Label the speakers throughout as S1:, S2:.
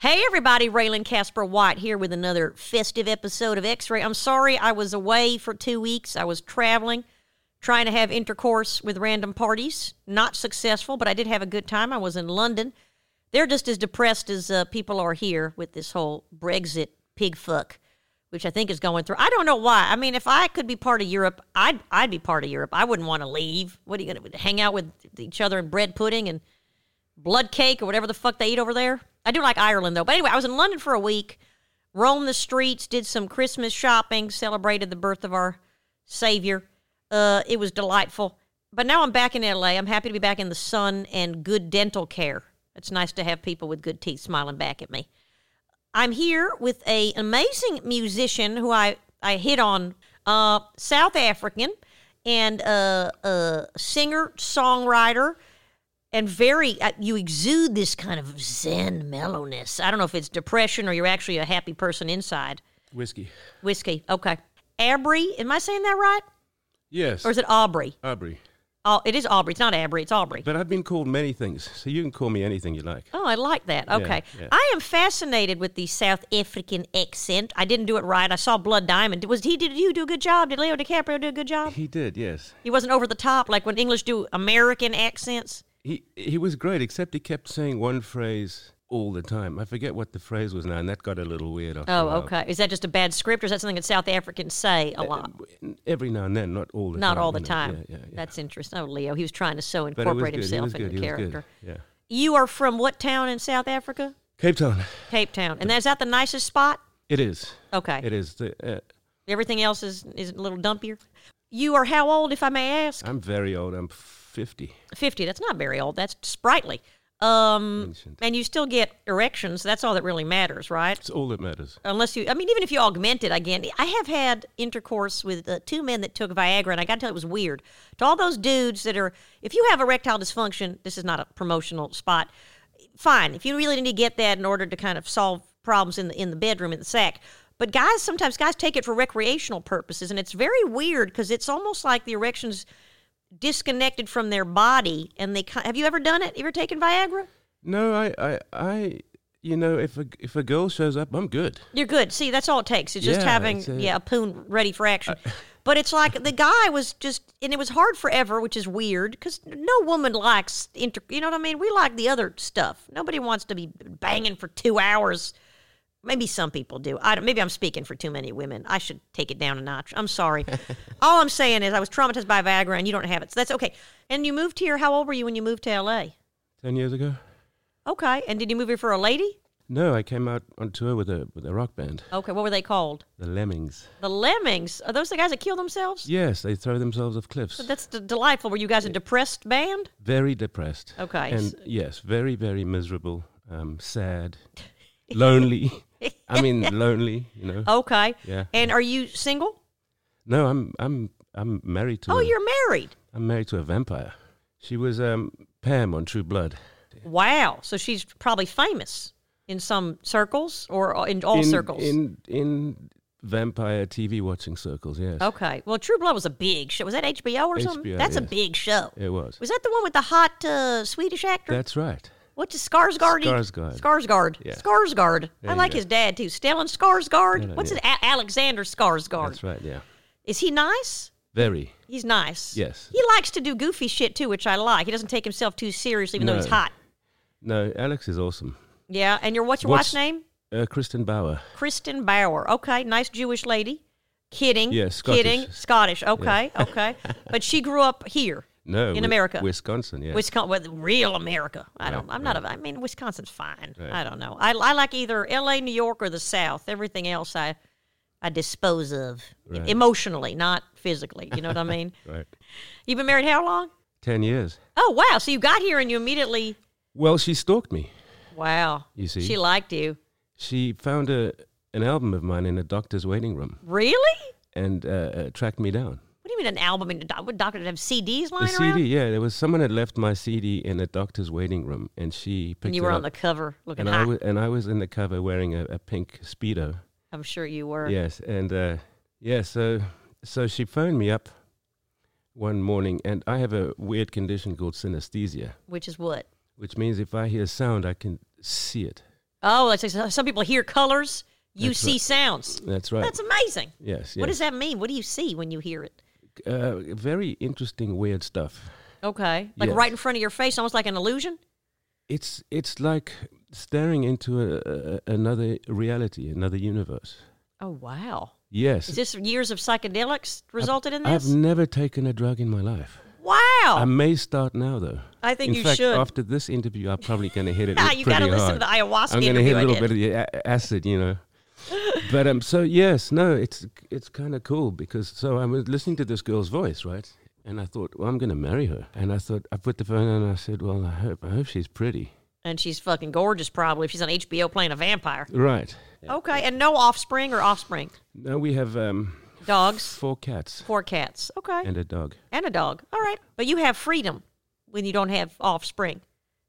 S1: Hey everybody, Raylan Casper White here with another festive episode of X-Ray. I'm sorry I was away for two weeks. I was traveling, trying to have intercourse with random parties. Not successful, but I did have a good time. I was in London. They're just as depressed as uh, people are here with this whole Brexit pig fuck, which I think is going through. I don't know why. I mean, if I could be part of Europe, I'd I'd be part of Europe. I wouldn't want to leave. What are you going to hang out with each other in bread pudding and blood cake or whatever the fuck they eat over there. I do like Ireland though. But anyway, I was in London for a week, roamed the streets, did some Christmas shopping, celebrated the birth of our Savior. Uh, it was delightful. But now I'm back in LA. I'm happy to be back in the sun and good dental care. It's nice to have people with good teeth smiling back at me. I'm here with a amazing musician who I, I hit on, uh, South African and uh, uh, singer, songwriter, and very uh, you exude this kind of zen mellowness i don't know if it's depression or you're actually a happy person inside
S2: Whiskey.
S1: whiskey okay abry am i saying that right
S2: Yes.
S1: or is it aubrey
S2: Aubrey.
S1: oh it is aubrey it's not abry it's aubrey
S2: But I've been called many things, so you can call me anything you like.
S1: Oh, I like that. Okay.
S2: yeah.
S1: I am fascinated with the South African accent. I didn't do it right. I saw Blood Diamond. Was he did you do a good job? Did Leo DiCaprio do a good job?
S2: He did, yes.
S1: He wasn't over the top like when English do American accents.
S2: He he was great, except he kept saying one phrase all the time. I forget what the phrase was now, and that got a little weird. After a
S1: Oh,
S2: while.
S1: okay. Is that just a bad script or is that something that South Africans say
S2: Uh,
S1: a lot?
S2: Every now and then, not all the time.
S1: Not all the
S2: you know.
S1: time.
S2: Yeah, yeah, yeah.
S1: That's interesting. Oh, Leo, he was trying to so
S2: But it was
S1: incorporate
S2: good, he
S1: himself
S2: was good,
S1: into
S2: he was good,
S1: character.
S2: Yeah.
S1: You are from what town in South Africa?
S2: Cape Town.
S1: Cape Town, and is that the nicest spot?
S2: It is.
S1: Okay,
S2: It is. The, uh,
S1: everything else is is a little dumpier. You are how old, if I may ask?
S2: I'm very old. I'm 50.
S1: Fifty. That's not very old. That's sprightly. Um,
S2: Ancient.
S1: and you still get erections. That's all that really matters, right?
S2: It's all that matters.
S1: Unless you, I mean, even if you augment it again, I have had intercourse with uh, two men that took Viagra, and I got to tell you, it was weird. To all those dudes that are, if you have erectile dysfunction, this is not a promotional spot. Fine, if you really need to get that in order to kind of solve problems in the in the bedroom in the sack. But guys, sometimes guys take it for recreational purposes, and it's very weird because it's almost like the erections disconnected from their body, and they ki- have you ever done it? You ever taken Viagra?
S2: No, I, I, I you know, if a, if a girl shows up, I'm good.
S1: You're good. See, that's all it takes. It's just
S2: Yeah,
S1: having
S2: it's a-
S1: yeah a poon ready for action. but it's like the guy was just, and it was hard forever, which is weird because no woman likes inter. You know what I mean? We like the other stuff. Nobody wants to be banging for two hours. Maybe some people do. I don't, maybe I'm speaking for too many women. I should take it down a notch. I'm sorry. all I'm saying is I was traumatized by Viagra, and you don't have it, so that's okay. And you moved here. How old were you when you moved to LA?
S2: 10 years ago?
S1: Okay. And did you move here for a lady?
S2: No, I came out on tour with a, with a rock band,
S1: Okay. What were they called?
S2: the Lemmings.
S1: The lemmings. Are those the guys that kill themselves?
S2: Yes, they throw themselves off cliffs.
S1: That's d- delightful. Were you guys a depressed band?
S2: Very depressed.
S1: Okay,
S2: And
S1: so-
S2: yes, very, very miserable, um, sad, lonely. I mean, lonely. You know.
S1: Okay.
S2: Yeah.
S1: And are you single?
S2: No, I'm I'm I'm married to.
S1: Oh,
S2: a,
S1: you're married.
S2: I'm married to a vampire. She was um, Pam on True Blood.
S1: Wow. So she's probably famous in some circles or uh, in all
S2: in,
S1: circles.
S2: In in vampire TV watching circles. Yes.
S1: okay. Well, True Blood was a big show. Was that HBO or something?
S2: HBO,
S1: That's a
S2: yes.
S1: big show.
S2: It was.
S1: Was that the one with the hot uh, Swedish actor?
S2: That's right.
S1: What's his Skarsgård?
S2: Skarsgård.
S1: Skarsgård.
S2: Yeah.
S1: Skarsgård. I
S2: you
S1: like
S2: go.
S1: his dad too. Stellan Skarsgård.
S2: Stellan,
S1: What's
S2: yeah.
S1: his A- Alexander Skarsgård?
S2: That's right. Yeah.
S1: Is he nice?
S2: Very.
S1: He's nice.
S2: Yes.
S1: He likes to do goofy shit too, which I like. He doesn't take himself too seriously, even though he's
S2: No.
S1: hot.
S2: No, Alex is awesome.
S1: Yeah. And your what's your
S2: What's-
S1: wife's name?
S2: Uh, Kristen Bauer.
S1: Kristen Bauer. Okay, nice Jewish lady. Kidding.
S2: Yeah,
S1: Kidding.
S2: Scottish.
S1: Scottish. Okay. Okay. but she grew up here,
S2: No.
S1: In
S2: Wi-
S1: America.
S2: Wisconsin. Yeah.
S1: Wisconsin, well, real America. I don't.
S2: Right,
S1: I'm not. A, I mean, Wisconsin's fine. I don't know. I, I like either L.A., New York, or the South. Everything else, I. I dispose of
S2: Right.
S1: emotionally, not physically. You know what I mean?
S2: right.
S1: You've been married how long?
S2: Ten years.
S1: Oh, wow. So you got here and you immediately
S2: Well, she stalked me.
S1: Wow.
S2: You see?
S1: She liked you.
S2: She found a an album of mine in a doctor's waiting room
S1: Really?
S2: and uh, uh, tracked me down.
S1: What do you mean an album? And a doc- what doctor have CDs
S2: The
S1: lying
S2: CD,
S1: around?
S2: yeah, there was someone had left my CD in a doctor's waiting room, and she picked
S1: And you
S2: it
S1: were on
S2: up.
S1: the cover looking
S2: and I
S1: hot.
S2: was and I was in the cover wearing a, a pink speedo.
S1: I'm sure you were.
S2: Yes, and uh, yeah, so so she phoned me up one morning, and I have a weird condition called synesthesia,
S1: Which is what?
S2: which means if I hear sound, I can see it.
S1: Oh, it's, it's- some people hear colors, you see sounds.
S2: That's right.
S1: That's amazing.
S2: yes.
S1: What
S2: yes.
S1: does that mean? What do you see when you hear it?
S2: uh, very interesting, weird stuff.
S1: Okay. Like
S2: Yes.
S1: right in front of your face, almost like an illusion?
S2: It's it's like staring into a, a, another reality, another universe.
S1: Oh, wow.
S2: Yes,
S1: Is this years of psychedelics resulted in
S2: I've
S1: this?
S2: never taken a drug in my life.
S1: wow.
S2: I may start now, though.
S1: I think
S2: in
S1: you
S2: fact,
S1: should.
S2: After this interview, I'm probably going to hit it.
S1: Ah,
S2: pretty
S1: you gotta listen
S2: hard.
S1: to the ayahuasca
S2: I'm gonna
S1: interview
S2: hit
S1: I
S2: a little
S1: did.
S2: bit of the a- acid, you know. but um, so yes, no, it's it's kind of cool because so I was listening to this girl's voice, right? And I thought, well, I'm going to marry her. And I thought, I put the phone on and I said, well, I hope I hope she's pretty,
S1: and she's fucking gorgeous, probably, if she's on HBO playing a vampire.
S2: right?
S1: Okay. And no offspring or offspring?
S2: Now we have um,
S1: Dogs,
S2: four cats
S1: four cats. Okay.
S2: and a dog.
S1: and a dog. All right. But you have freedom when you don't have offspring.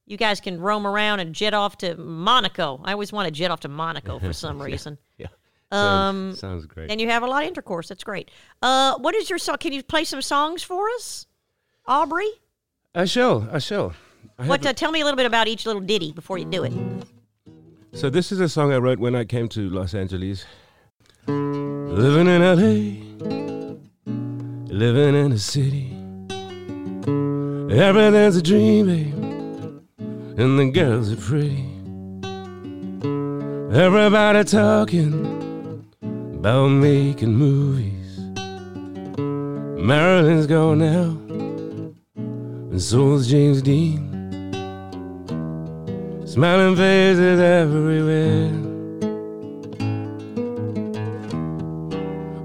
S1: You guys can roam around and jet off to Monaco. I always want to jet off to Monaco for some reason.
S2: Yeah,
S1: Um,
S2: sounds, sounds great.
S1: And you have a lot of intercourse. That's great. Uh, what is your song? Can you play some songs for us, Aubrey?
S2: I shall, I shall. I
S1: What? Uh, tell me a little bit about each little ditty before you do it.
S2: So this is a song I wrote when I came to Los Angeles. Living in LA, living in the city. Everything's a dream, babe, and the girls are pretty. Everybody talking about making movies. Marilyn's gone now, and so's James Dean. Smiling faces everywhere.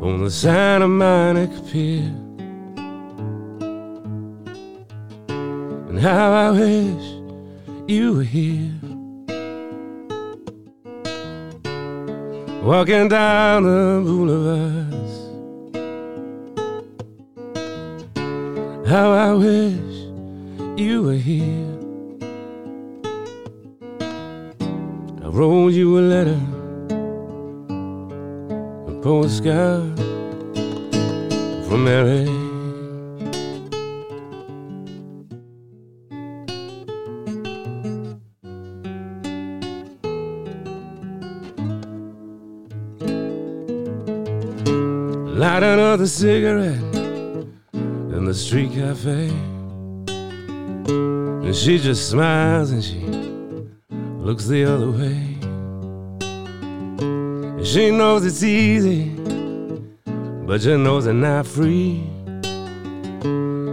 S2: On the side of Monica Pier. And how I wish you were here. Walking down the boulevards. How I wish you were here. I wrote you a letter, a postcard from Mary. Light another cigarette in the street cafe. And she just smiles and she looks the other way. And She knows it's easy, but she knows it's not free.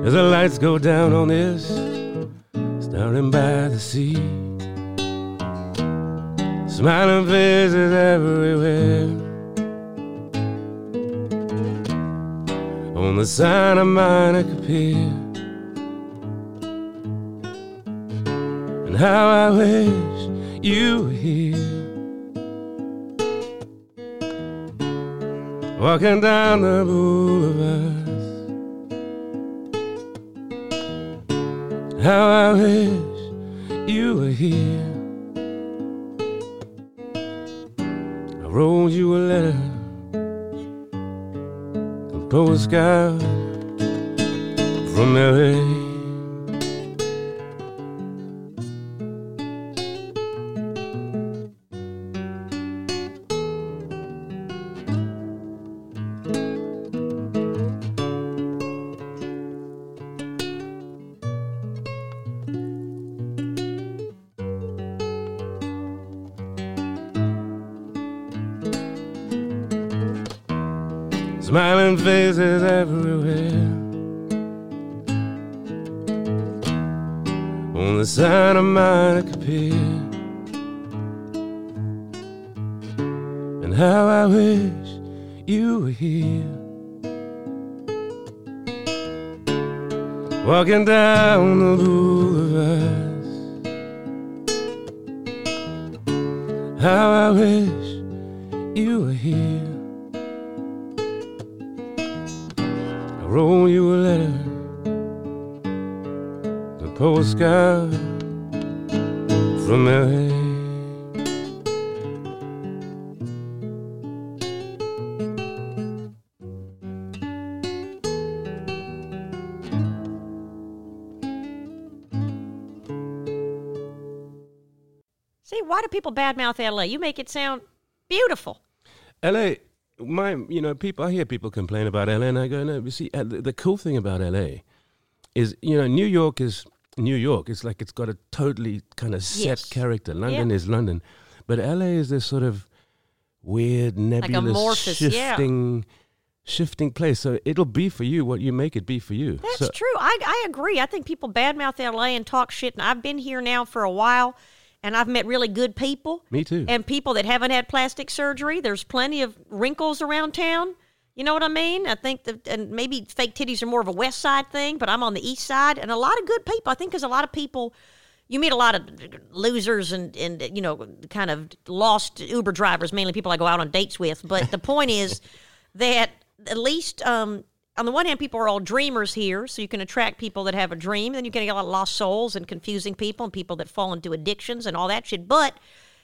S2: As the lights go down on this, starting by the sea. Smiling faces everywhere. On the sign of Monica Pier. and how I wish you were here. Walking down the boulevards, how I wish you were here. I wrote you a letter, a postcard from LA. Smiling faces everywhere. On the side of Monica Pier. And how I wish you were here. Walking down the boulevards. How I wish you were here. I wrote you a letter, a postcard from LA.
S1: See, why do people badmouth LA? You make it sound beautiful.
S2: LA, my, you know, people, I hear people complain about LA, and I go, no, you see, uh, the, the cool thing about LA is, you know, New York is New York. It's like it's got a totally kind of set
S1: Yes.
S2: character. London is London. But LA is this sort of weird, nebulous,
S1: amorphous, yeah.
S2: shifting, shifting place. So it'll be for you what you make it be for you.
S1: That's
S2: so,
S1: true. I, I agree. I think people badmouth LA and talk shit. And I've been here now for a while, and I've met really good people.
S2: Me too.
S1: And people that haven't had plastic surgery. There's plenty of wrinkles around town. You know what I mean? I think that, and maybe fake titties are more of a West Side thing, but I'm on the East Side, and a lot of good people. I think because a lot of people, you meet a lot of losers and and you know kind of lost Uber drivers, mainly people I go out on dates with. But the point is that at least um, on the one hand, people are all dreamers here, so you can attract people that have a dream. Then you can get a lot of lost souls and confusing people and people that fall into addictions and all that shit. But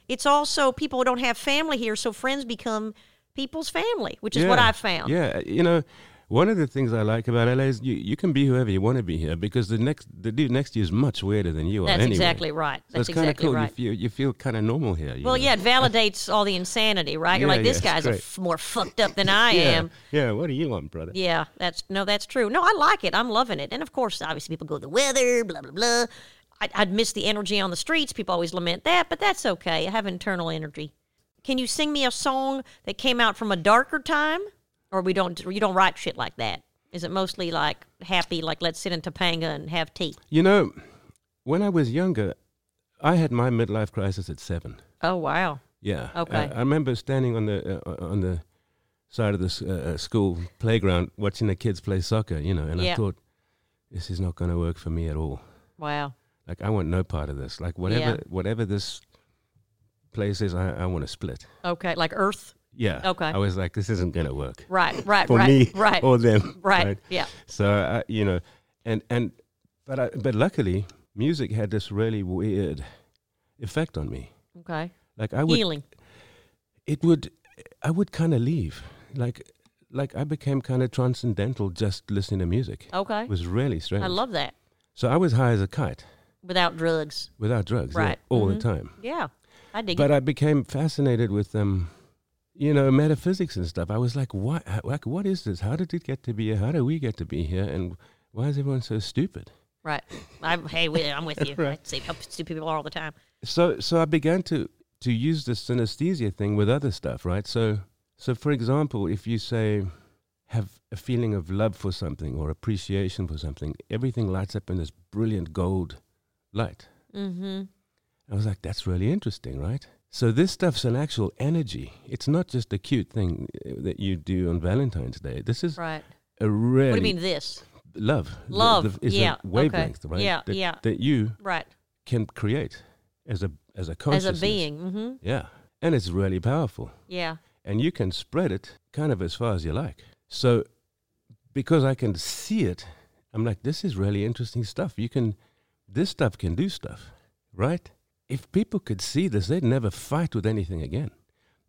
S1: it's also people who don't have family here, so friends become people's family, which is what
S2: Yeah.
S1: I've found.
S2: Yeah, uh, you know, one of the things I like about LA is you, you can be whoever you want to be here because the next the dude next to you is much weirder than you are.
S1: That's
S2: anyway.
S1: exactly right.
S2: So
S1: That's
S2: it's kind of
S1: exactly
S2: cool.
S1: right.
S2: You feel you feel kind of normal here. you
S1: Well,
S2: know?
S1: yeah, it validates all the insanity, right? You're
S2: Yeah,
S1: like, this
S2: yeah,
S1: guy's
S2: it's
S1: a
S2: great.
S1: f- more fucked up than I
S2: yeah.
S1: am.
S2: Yeah. What do you want, brother?
S1: Yeah, that's no, that's true. No, I like it. I'm loving it. And of course, obviously, people go the weather, blah blah blah. I, I'd miss the energy on the streets. People always lament that, but that's okay. I have internal energy. Can you sing me a song that came out from a darker time, or we don't? You don't write shit like that. Is it mostly like happy, like let's sit in Topanga and have tea?
S2: You know, when I was younger, I had my midlife crisis at seven.
S1: Oh wow,
S2: Yeah.
S1: Okay.
S2: I, I remember standing on the uh, on the side of the s- uh, uh, school playground watching the kids play soccer. You know, and
S1: Yeah.
S2: I thought, this is not going to work for me at all.
S1: wow,
S2: Like I want no part of this. Like whatever
S1: Yeah.
S2: whatever this place is, I, I want to split.
S1: okay, like Earth,
S2: Yeah.
S1: Okay.
S2: I was like, this isn't gonna work
S1: right, right,
S2: for
S1: right,
S2: me Oh,
S1: right,
S2: or them.
S1: right, yeah,
S2: So I, you know, and and but I, but luckily, music had this really weird effect on me.
S1: okay,
S2: Like I would,
S1: healing,
S2: it would, I would kind of leave. Like like I became kind of transcendental just listening to music.
S1: okay,
S2: It was really strange.
S1: I love that
S2: so I was high as a kite
S1: without drugs,
S2: without drugs, yeah,
S1: Right. Mm-hmm.
S2: all the time.
S1: yeah, I dig it.
S2: but I became fascinated with um, you know, metaphysics and stuff. I was like, what? how- Like, what is this? How did it get to be here? How do we get to be here? And why is everyone so stupid?
S1: Right. I'm, hey, we, I'm with you. I
S2: Right.
S1: see how stupid people are all the time.
S2: So, so I began to to use the synesthesia thing with other stuff, right? So, so for example, if you say have a feeling of love for something or appreciation for something, everything lights up in this brilliant gold light.
S1: Mm-hmm.
S2: I was like, that's really interesting, right? So this stuff's an actual energy. It's not just a cute thing uh, that you do on Valentine's Day. This is
S1: Right.
S2: a really
S1: What do you mean this?
S2: love. The-
S1: Love,
S2: the- is
S1: yeah,
S2: a wavelength,
S1: okay.
S2: right?
S1: Yeah,
S2: that,
S1: yeah.
S2: That you
S1: Right.
S2: can create as a
S1: As
S2: as a
S1: a
S2: consciousness.
S1: being. Mm-hmm.
S2: Yeah, and it's really powerful,
S1: Yeah.
S2: and you can spread it kind of as far as you like. So because I can see it, I'm like, this is really interesting stuff. You can, this stuff can do stuff, right? If people could see this, they'd never fight with anything again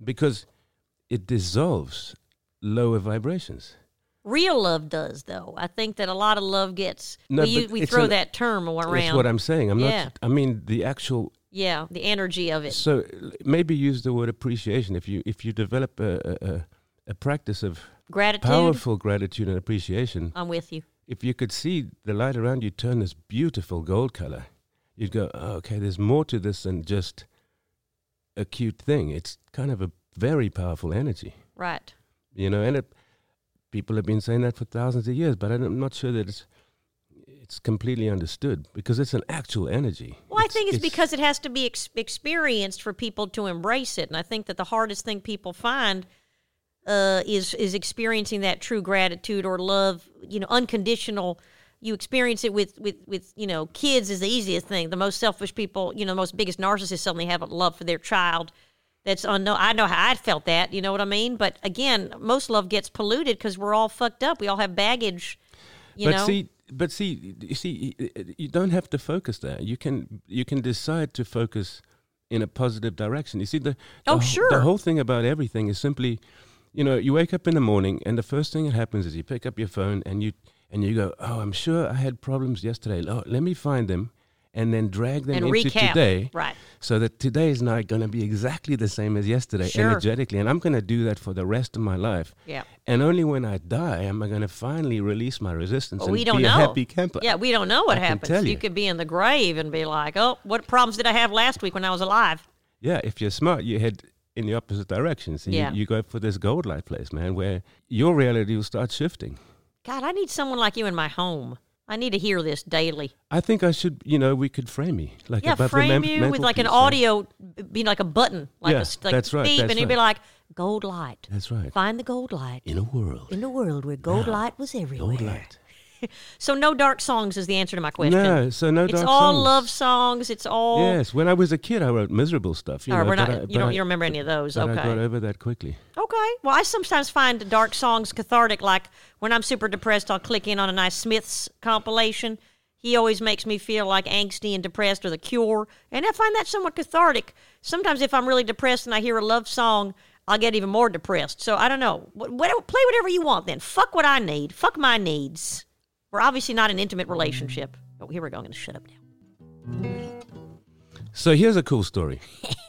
S2: because it dissolves lower vibrations.
S1: Real love does, though. I think that a lot of love gets.
S2: No,
S1: we, u-
S2: but
S1: we
S2: it's
S1: throw
S2: an-
S1: that term around.
S2: That's what I'm saying. I'm
S1: Yeah.
S2: not, I mean, the actual,
S1: yeah, the energy of it.
S2: so l- maybe use the word appreciation. If you, if you develop a, a, a, a practice of
S1: Gratitude.
S2: powerful gratitude and appreciation,
S1: I'm with you.
S2: if you could see the light around you turn this beautiful gold color, you'd go, oh, okay, there's more to this than just a cute thing. It's kind of a very powerful energy,
S1: Right.
S2: you know, and it, people have been saying that for thousands of years, but I don't- I'm not sure that it's, it's completely understood because it's an actual energy.
S1: Well, I think it's, because it has to be ex- experienced for people to embrace it, and I think that the hardest thing people find uh, is is experiencing that true gratitude or love, you know, unconditional. You experience it with with with you know, kids is the easiest thing. The most selfish people, you know, the most biggest narcissists suddenly have a love for their child. That's unknown. I know how I felt that. You know what I mean? But again, most love gets polluted because we're all fucked up. We all have baggage. You
S2: but
S1: know.
S2: see, but see, you see, y- y- you don't have to focus there. You can you can decide to focus in a positive direction. You see, the, the
S1: Oh,
S2: wh-
S1: sure.
S2: the whole thing about everything is simply, you know, you wake up in the morning and the first thing that happens is you pick up your phone and you and you go, oh, I'm sure I had problems yesterday. Oh, let me find them, and then drag them
S1: and
S2: into
S1: recap.
S2: today
S1: Right.
S2: so that today is not going to be exactly the same as yesterday
S1: Sure.
S2: energetically and i'm going to do that for the rest of my life
S1: Yeah.
S2: and only when i die am i going to finally release my resistance
S1: Well,
S2: and
S1: we don't
S2: be
S1: know.
S2: a happy camper
S1: Yeah, we don't know what
S2: I can
S1: happens.
S2: tell
S1: you.
S2: you.
S1: could be in the grave and be like, "Oh, what problems did I have last week when I was alive?"
S2: Yeah, if you're smart, you head in the opposite direction. So
S1: Yeah.
S2: you, you go for this gold light place, man, where your reality will start shifting.
S1: God, I need someone like you in my home. I need to hear this daily.
S2: I think I should, you know, we could frame me like
S1: Yeah,
S2: above
S1: frame
S2: the mem-
S1: you with like an
S2: mantelpiece, right?
S1: audio, be like a button, like
S2: Yeah,
S1: a s- like
S2: that's right,
S1: beep,
S2: that's
S1: and you'd be
S2: right.
S1: like, "Gold light,
S2: That's right.
S1: find the gold light
S2: In a world,
S1: in the world where gold light was everywhere."
S2: gold light.
S1: So no dark songs is the answer to my question.
S2: No, so no
S1: it's
S2: dark
S1: all
S2: songs.
S1: love songs. It's all.
S2: Yes, when I was a kid, I wrote miserable stuff. You
S1: Or
S2: know,
S1: we're not.
S2: but I-
S1: you
S2: but
S1: don't.
S2: I-
S1: you remember any of those?
S2: But
S1: okay.
S2: I got over that quickly.
S1: Okay. Well, I sometimes find the dark songs cathartic. Like when I'm super depressed, I'll click in on a nice Smiths compilation. He always makes me feel like angsty and depressed or the cure. And I find that somewhat cathartic. Sometimes if I'm really depressed and I hear a love song, I'll get even more depressed. So I don't know. What, what, play whatever you want then. Fuck what I need. Fuck my needs. We're obviously not an intimate relationship. Oh, here we go. I'm going to shut up now.
S2: So here's a cool story.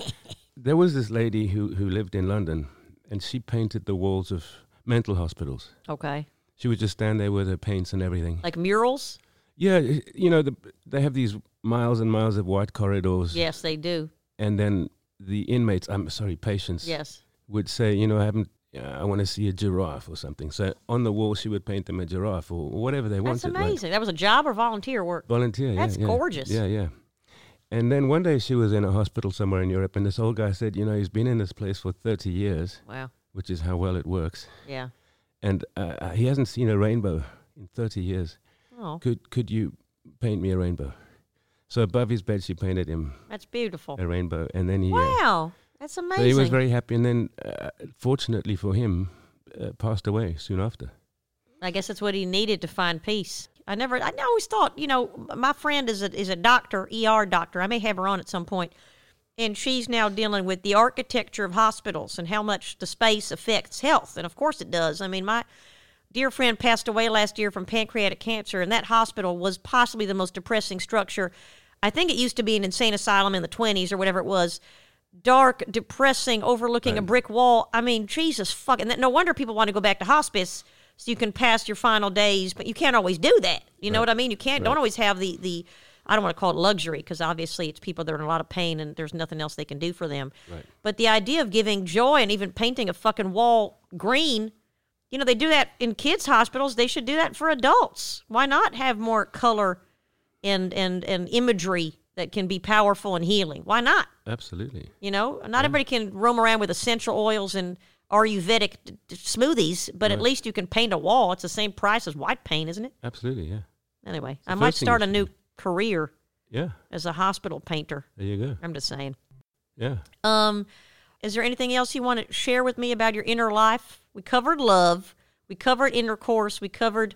S2: there was this lady who, who lived in London, and she painted the walls of mental hospitals.
S1: Okay.
S2: She would just stand there with her paints and everything.
S1: Like murals?
S2: Yeah, y- you know, the, they have these miles and miles of white corridors,
S1: Yes, they do.
S2: and then the inmates, I'm sorry, patients,
S1: Yes.
S2: would say, you know, I haven't, uh, I want to see a giraffe or something. So on the wall, she would paint them a giraffe or whatever they
S1: That's
S2: wanted. right?
S1: amazing. That was a job or volunteer work?
S2: Volunteer. yeah,
S1: That's
S2: yeah,
S1: gorgeous.
S2: Yeah, yeah. And then one day she was in a hospital somewhere in Europe, and this old guy said, you know, he's been in this place for 30 years,
S1: Wow.
S2: which is how well it works,
S1: Yeah.
S2: and uh, uh, he hasn't seen a rainbow in 30 years.
S1: Oh,
S2: could could you paint me a rainbow? So above his bed, she painted him
S1: that's beautiful.
S2: a rainbow, and then he. uh,
S1: Wow, that's
S2: so
S1: amazing.
S2: he was very happy, and then, uh, fortunately for him, uh, passed away soon after.
S1: I guess that's what he needed to find peace. I never, I always thought, you know, my friend is a, is a doctor, ER doctor. I may have her on at some point. And she's now dealing with the architecture of hospitals and how much the space affects health. And of course it does. I mean, my dear friend passed away last year from pancreatic cancer, and that hospital was possibly the most depressing structure. I think it used to be an insane asylum in the 20s or whatever it was. Dark, depressing, overlooking a brick wall. I mean, Jesus fucking. That, no wonder people want to go back to hospice so you can pass your final days, but you can't always do that. You know what I mean? You can't, don't always have the, the, I don't want to call it luxury because obviously it's people that are in a lot of pain and there's nothing else they can do for them. Right. But the idea of giving joy and even painting a fucking wall green you know, they do that in kids' hospitals. They should do that for adults. Why not have more color and and and imagery that can be powerful and healing? Why not?
S2: Absolutely.
S1: You know,
S2: Mm-hmm.
S1: not everybody can roam around with essential oils and Ayurvedic d- d- smoothies, but at least you can paint a wall. It's the same price as white paint, isn't it?
S2: Absolutely, yeah.
S1: Anyway, I might
S2: first thing
S1: start
S2: you
S1: a new career
S2: Yeah,
S1: as a hospital painter.
S2: there you go.
S1: I'm just saying.
S2: Yeah.
S1: Um, is there anything else you want to share with me about your inner life? We covered love. We covered intercourse. We covered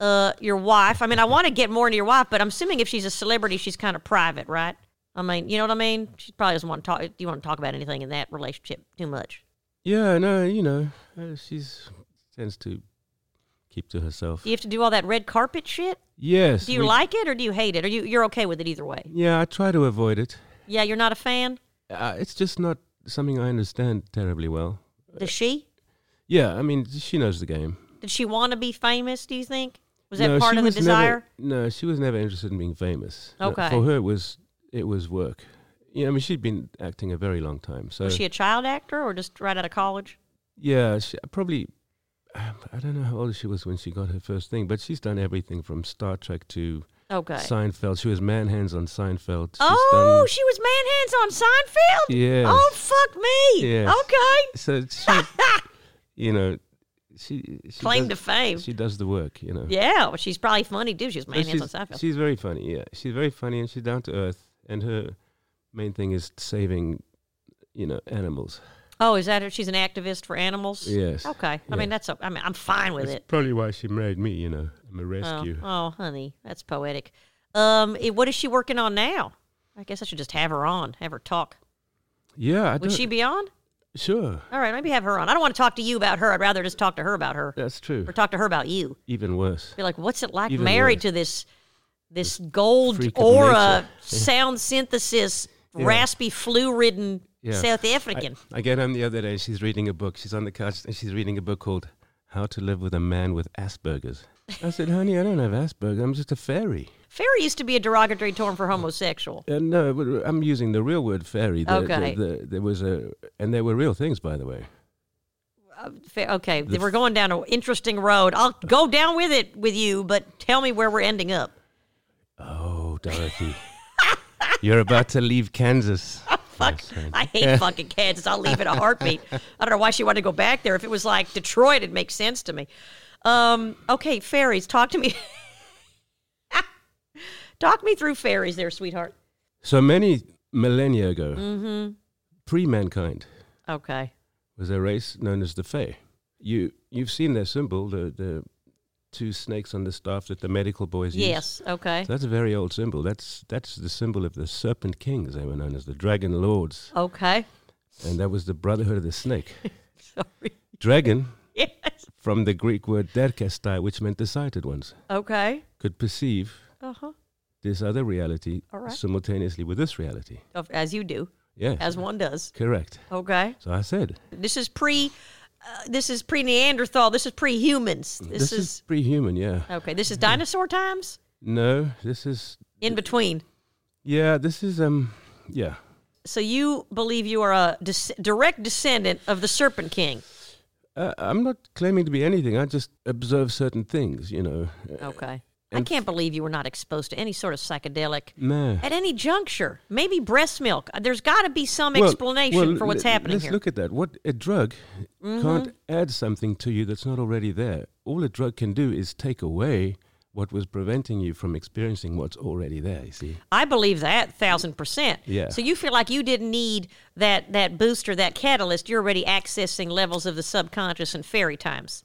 S1: uh, your wife. I mean, I want to get more into your wife, but I'm assuming if she's a celebrity, she's kind of private, right? I mean, you know what I mean? She probably doesn't want to talk. You want to talk about anything in that relationship too much?
S2: Yeah, no, you know, uh, she's tends to keep to herself.
S1: Do you have to do all that red carpet shit?
S2: Yes.
S1: Do you
S2: we-
S1: like it or do you hate it? Or you you're okay with it either way?
S2: Yeah, I try to avoid it.
S1: Yeah, you're not a fan.
S2: Uh, it's just not something I understand terribly well.
S1: Does she?
S2: Yeah, I mean, she knows the game.
S1: Did she want to be famous? Do you think? Was that
S2: No,
S1: part
S2: she
S1: of the
S2: was
S1: desire?
S2: Never, no, she was never interested in being famous. No,
S1: Okay.
S2: for her, it was it was work. You know, I mean, she'd been acting a very long time. So
S1: Was she a child actor or just right out of college?
S2: yeah, she, probably. I don't know how old she was when she got her first thing, but she's done everything from Star Trek to
S1: Okay.
S2: Seinfeld. She was man hands on Seinfeld. She's
S1: Oh,
S2: done-
S1: she was man hands on Seinfeld.
S2: Yes.
S1: Oh, fuck me.
S2: Yes.
S1: Okay.
S2: so she, you know, she, she
S1: Claim to
S2: does,
S1: fame.
S2: She does the work, you know.
S1: yeah, well, she's probably funny too. She was man
S2: But
S1: hands on
S2: she's-
S1: Seinfeld.
S2: She's very funny. Yeah, she's very funny, and she's down to earth. And her main thing is saving, you know, animals.
S1: oh, is that her? She's an activist for animals.
S2: Yes.
S1: Okay. I mean, that's a, I mean, I'm fine with
S2: That's
S1: it.
S2: probably why she married me. You know, I'm a
S1: Oh,
S2: rescue.
S1: oh, honey, that's poetic. Um, eh, what is she working on now? I guess I should just have her on, have her talk.
S2: Yeah, I
S1: Would
S2: don't,
S1: she be on?
S2: sure.
S1: All right, maybe have her on. I don't want to talk to you about her. I'd rather just talk to her about her
S2: That's true.
S1: or talk to her about you.
S2: Even worse.
S1: Be like, what's it like
S2: Even
S1: married
S2: worse.
S1: to this this gold
S2: freak of
S1: aura
S2: nature.
S1: sound synthesis raspy flu ridden
S2: Yeah.
S1: South
S2: I,
S1: African.
S2: I get home the other day. She's reading a book. She's on the couch and she's reading a book called "How to Live with a Man with Asperger's." I said, "Honey, I don't have Asperger's. I'm just a fairy."
S1: Fairy used to be a derogatory term for homosexual.
S2: Uh, no, but I'm using the real word fairy. The- the-
S1: Okay.
S2: the- there was a, and they were real things, by the way.
S1: Fa- Okay, we're going down an interesting road. I'll go down with it with you, but tell me where we're ending up.
S2: Oh, Dorothy, you're about to leave Kansas.
S1: Fuck, I hate fucking Kansas. I'll leave in a heartbeat. I don't know why she wanted to go back there. If it was like Detroit, it'd make sense to me. Um, okay, fairies, talk to me. talk me through fairies, there, sweetheart.
S2: So many millennia ago,
S1: Mm-hmm.
S2: pre-mankind
S1: Okay,
S2: was a race known as the Fae. You you've seen their symbol, the the two snakes on the staff that the medical boys use.
S1: yes, okay,
S2: So that's a very old symbol. That's that's the symbol of the serpent kings. They were known as the dragon lords,
S1: okay.
S2: and that was the brotherhood of the snake.
S1: Sorry.
S2: Dragon
S1: Yes.
S2: from the Greek word derkestai, which meant the sighted ones,
S1: Okay.
S2: could perceive
S1: Uh huh.
S2: this other reality
S1: All right.
S2: simultaneously with this reality.
S1: As you do,
S2: Yeah,
S1: as one does.
S2: correct.
S1: Okay.
S2: So I said,
S1: This is pre. Uh, this is pre Neanderthal. This is pre humans. This,
S2: this, is,
S1: is Uh,
S2: pre-human. Yeah.
S1: okay. This is dinosaur times.
S2: No, this is
S1: In between.
S2: yeah. This is um yeah.
S1: So you believe you are a des- direct descendant of the Serpent King?
S2: Uh, I'm not claiming to be anything. I just observe certain things. You know. Uh,
S1: Okay. I can't believe you were not exposed to any sort of psychedelic
S2: No.
S1: at any juncture. Maybe breast milk. There's got to be some
S2: Well,
S1: explanation
S2: well,
S1: for what's
S2: l-
S1: happening
S2: let's
S1: here. Mm-hmm.
S2: look at that. What a drug can't add something to you that's not already there. All a drug can do is take away what was preventing you from experiencing what's already there. You see,
S1: I believe that thousand percent.
S2: Yeah.
S1: So you feel like you didn't need that that booster, that catalyst. You're already accessing levels of the subconscious in fairy times.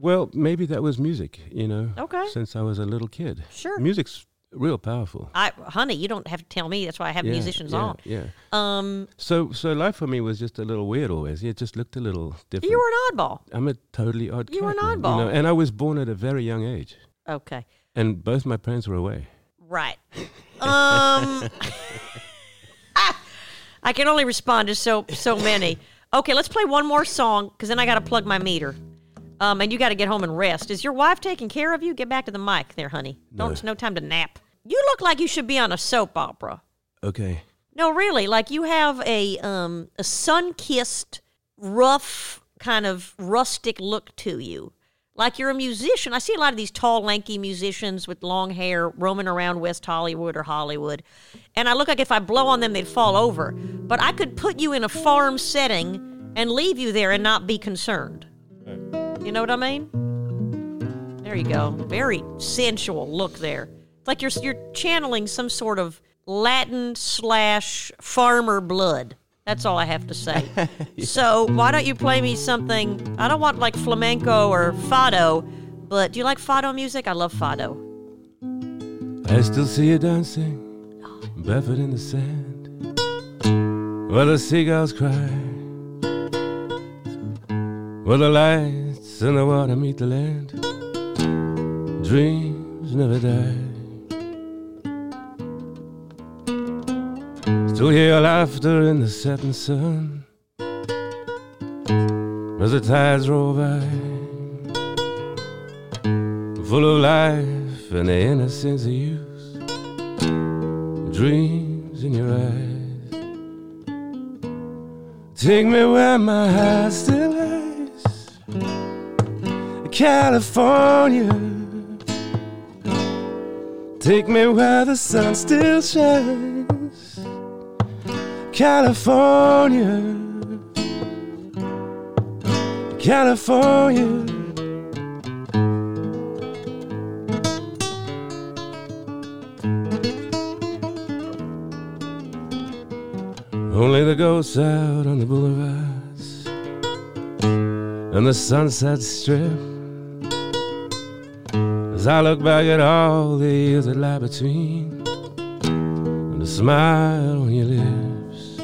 S2: well, maybe that was music. You know,
S1: Okay.
S2: since I was a little kid,
S1: Sure.
S2: music's real powerful.
S1: I, honey, you don't have to tell me. That's why I have
S2: Yeah,
S1: musicians
S2: yeah,
S1: on.
S2: Yeah. Um. So, so life for me was just a little weird always. It just looked a little different.
S1: You were an oddball.
S2: I'm a totally odd.
S1: You were
S2: cat,
S1: an
S2: man,
S1: oddball.
S2: You know? And I was born at a very young age,
S1: Okay.
S2: and both my parents were away.
S1: Right. Um, I can only respond to so so many. Okay, let's play one more song because then I got to plug my meter. Um, and you got to get home and rest. Is your wife taking care of you? Get back to the mic there, honey. Don't, There's no time to nap. You look like you should be on a soap opera.
S2: Okay.
S1: No, really. Like you have a um a sun-kissed, rough kind of rustic look to you. Like you're a musician. I see a lot of these tall, lanky musicians with long hair roaming around West Hollywood or Hollywood, and I look like if I blow on them, they'd fall over. But I could put you in a farm setting and leave you there and not be concerned. You know what I mean? There you go. Very sensual look there. It's like you're you're channeling some sort of Latin slash farmer blood. That's all I have to say. So why don't you play me something? I don't want like flamenco or fado, but do you like fado music? I love fado.
S2: I still see you dancing, barefoot in the sand, while the seagulls cry, while the lights in the water meet the land. Dreams never die. Still hear your laughter in the setting sun as the tides roll by full of life and the innocence of youth. Dreams in your eyes. Take me where my heart still lies. California. Take me where the sun still shines. California. California. Only the ghosts out on the boulevards and the sunset strip. As I look back at all the years that lie between, and the smile on your lips.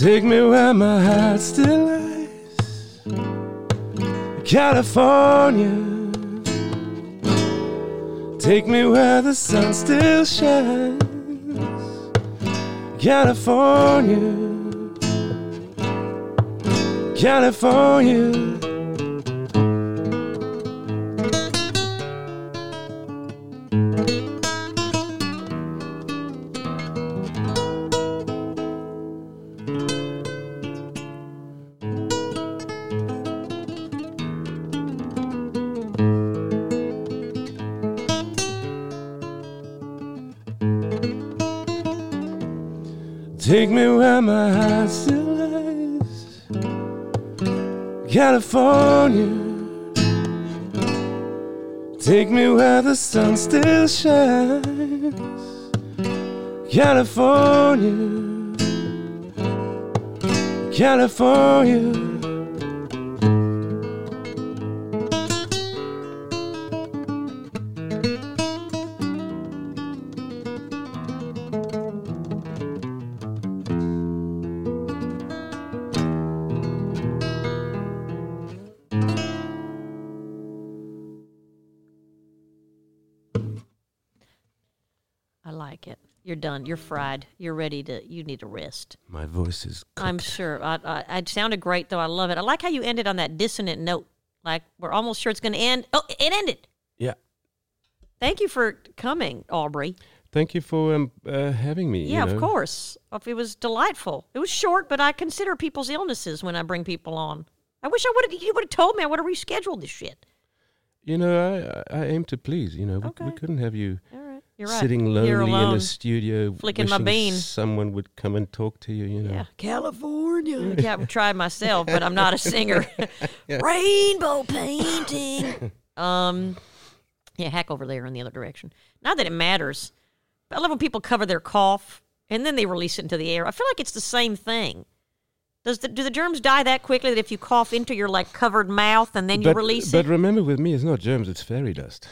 S2: Take me where my heart still lies, California. Take me where the sun still shines. California. California. Take me where my heart still lies. California. Take me where the sun still shines. California. California.
S1: I like it. You're done. You're fried. You're ready to. You need to rest.
S2: My voice is.
S1: I'm sure. I, I, I it sounded great though. I love it. I like how you ended on that dissonant note. Like we're almost sure it's going to end. Oh, it ended.
S2: Yeah.
S1: Thank you for coming, Aubrey.
S2: Thank you for um, uh, having me. you
S1: Yeah,
S2: know.
S1: of course. Of- It was delightful. It was short, but I consider people's illnesses when I bring people on. I wish I would have. You would have told me. I would have rescheduled this shit.
S2: You know, I, I I aim to please. You know, we, we
S1: Okay.
S2: couldn't have you
S1: All right. You're right.
S2: sitting
S1: You're
S2: lonely in
S1: alone.
S2: a studio,
S1: Flicking my
S2: wishing
S1: bean.
S2: Someone would come and talk to you. You know.
S1: Yeah, Mm, California. I can't try myself, but I'm not a singer. Rainbow painting. um, yeah, hack over there in the other direction. Not that it matters. But I love when people cover their cough and then they release it into the air. I feel like it's the same thing. Does the, do the germs die that quickly that if you cough into your like covered mouth and then you
S2: But,
S1: release
S2: but
S1: it?
S2: remember, with me, it's not germs; it's fairy dust.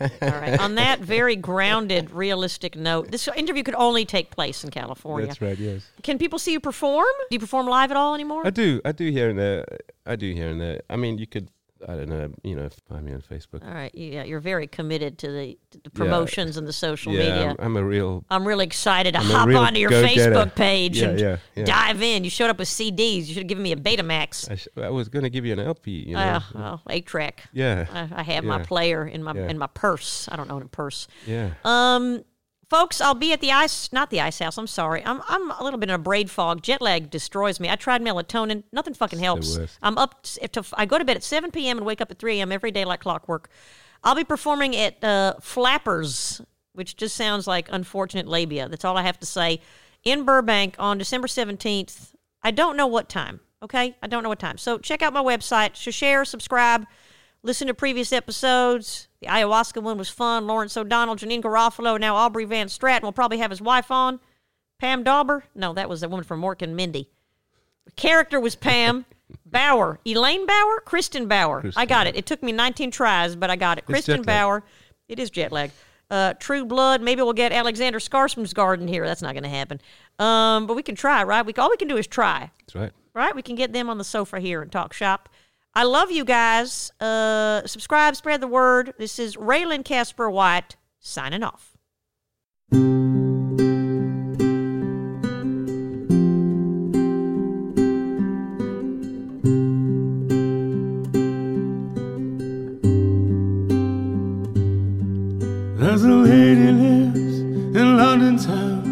S1: All right. On that very grounded, realistic note, this interview could only take place in California.
S2: That's right. Yes,
S1: Can people see you perform? Do you perform live at all anymore?
S2: I do. I do here and there. I do here and there. I mean, you could. I don't know. You know, find me on Facebook.
S1: All right, yeah, you're very committed to the, to the promotions and the social media.
S2: yeah, I'm, I'm a real.
S1: I'm really excited to
S2: a
S1: hop
S2: real
S1: onto your
S2: go-getter.
S1: Facebook page
S2: Yeah,
S1: and
S2: yeah, yeah.
S1: dive in. You showed up with CDs. You should have given me a Betamax,
S2: I, sh- I was going to give you an LP. You know.
S1: uh, well, eight track.
S2: yeah.
S1: I, I have my
S2: Yeah.
S1: player in my
S2: Yeah.
S1: in my purse. I don't own a purse.
S2: yeah.
S1: Um, folks, I'll be at the ice, not the ice house. I'm sorry. I'm I'm a little bit in a braid fog. Jet lag destroys me. I tried melatonin. Nothing fucking helps.
S2: worst.
S1: I'm up s- to. I go to bed at 7 p.m. and wake up at 3 a.m. every day like clockwork. I'll be performing at uh, Flappers, which just sounds like unfortunate labia. That's all I have to say. In Burbank on December 17th. I don't know what time. Okay, I don't know what time. So check out my website. So share, subscribe, listen to previous episodes. The ayahuasca one was fun. Lawrence O'Donnell, Janine Garofalo, now Aubrey Van Stratton will probably have his wife on. Pam Dauber? No, that was the woman from Mork and Mindy character was Pam Bauer, Elaine Bauer, Kristen Bauer. I got it. It took me 19 tries, but I got it.
S2: jet
S1: Kristen
S2: lag.
S1: Bauer. It is jet lag. Uh, True Blood. Maybe we'll get Alexander Skarsgård's garden here. That's not going to happen. Um, but we can try, right? We all we can do is try,
S2: That's right.
S1: right? We can get them on the sofa here and talk shop. I love you guys. Uh, subscribe, spread the word. This is Raylan Casper White signing off.
S2: There's a lady lives in London town,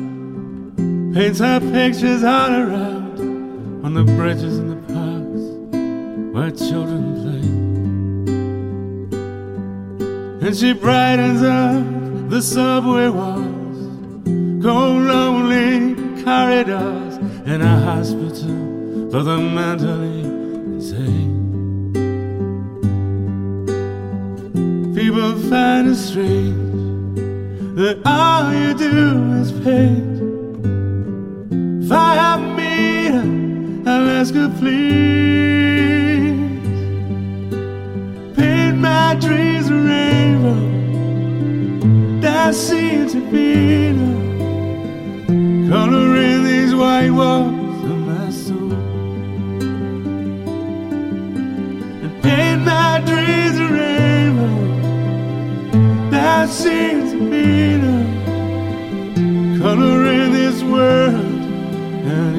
S2: paints her pictures all around on the bridges and the parks where children play. And she brightens up the subway walls, cold, lonely corridors, and a hospital for the mentally insane. People find it strange that all you do is paint. Fire me, Alaska, please. Paint my dreams a rainbow that seems to be the color in these white walls of my soul. And paint my dreams a rainbow. That
S3: it seems to be the color in this world. And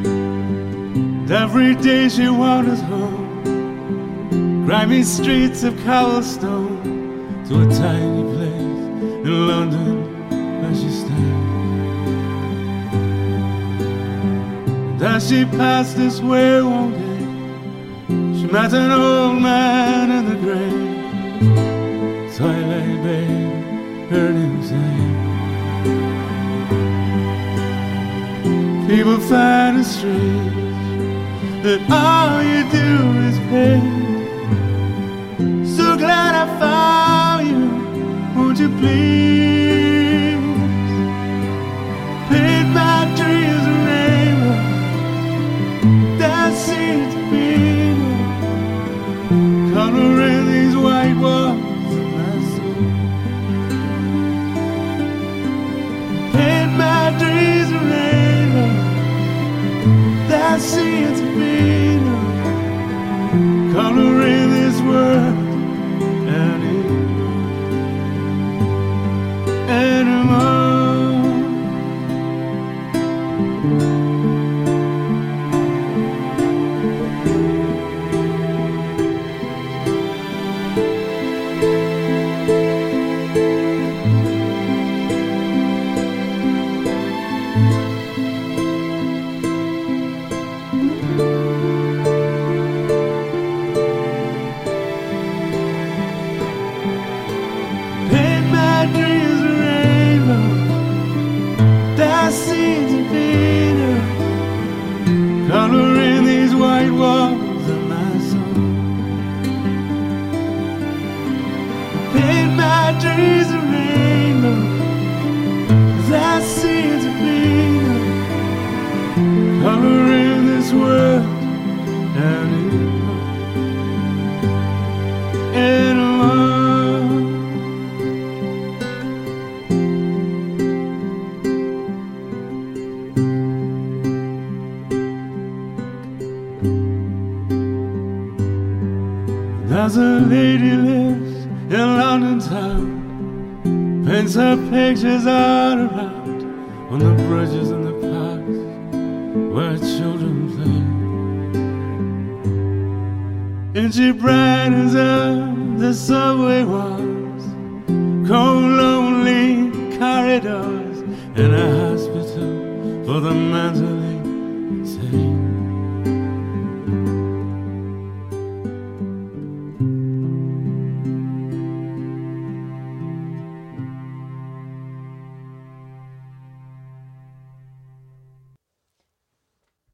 S3: in- every day she wanders home, grimy streets of cobblestone, to a tiny place in London where she stands. And as she passed this way one day, she met an old man in the grave. Twilight babe heard him say, People find it strange that all you do is pain. So glad I found you. Won't you please paint my dreams a rainbow? that seems to be the color in these white walls of my soul. Paint my dreams a rainbow that seems to be the color in this world. And in- Anymore. Paint my dreams a rainbow that seems to be the color in these white walls of my soul. Paint my dreams a rainbow that seems to be the color in this world and in, in love. There's a lady lives in London town, paints her pictures all around on the bridges and the parks where children play. And she brightens up the subway walls, cold, lonely corridors, and a hospital for the mentally sane.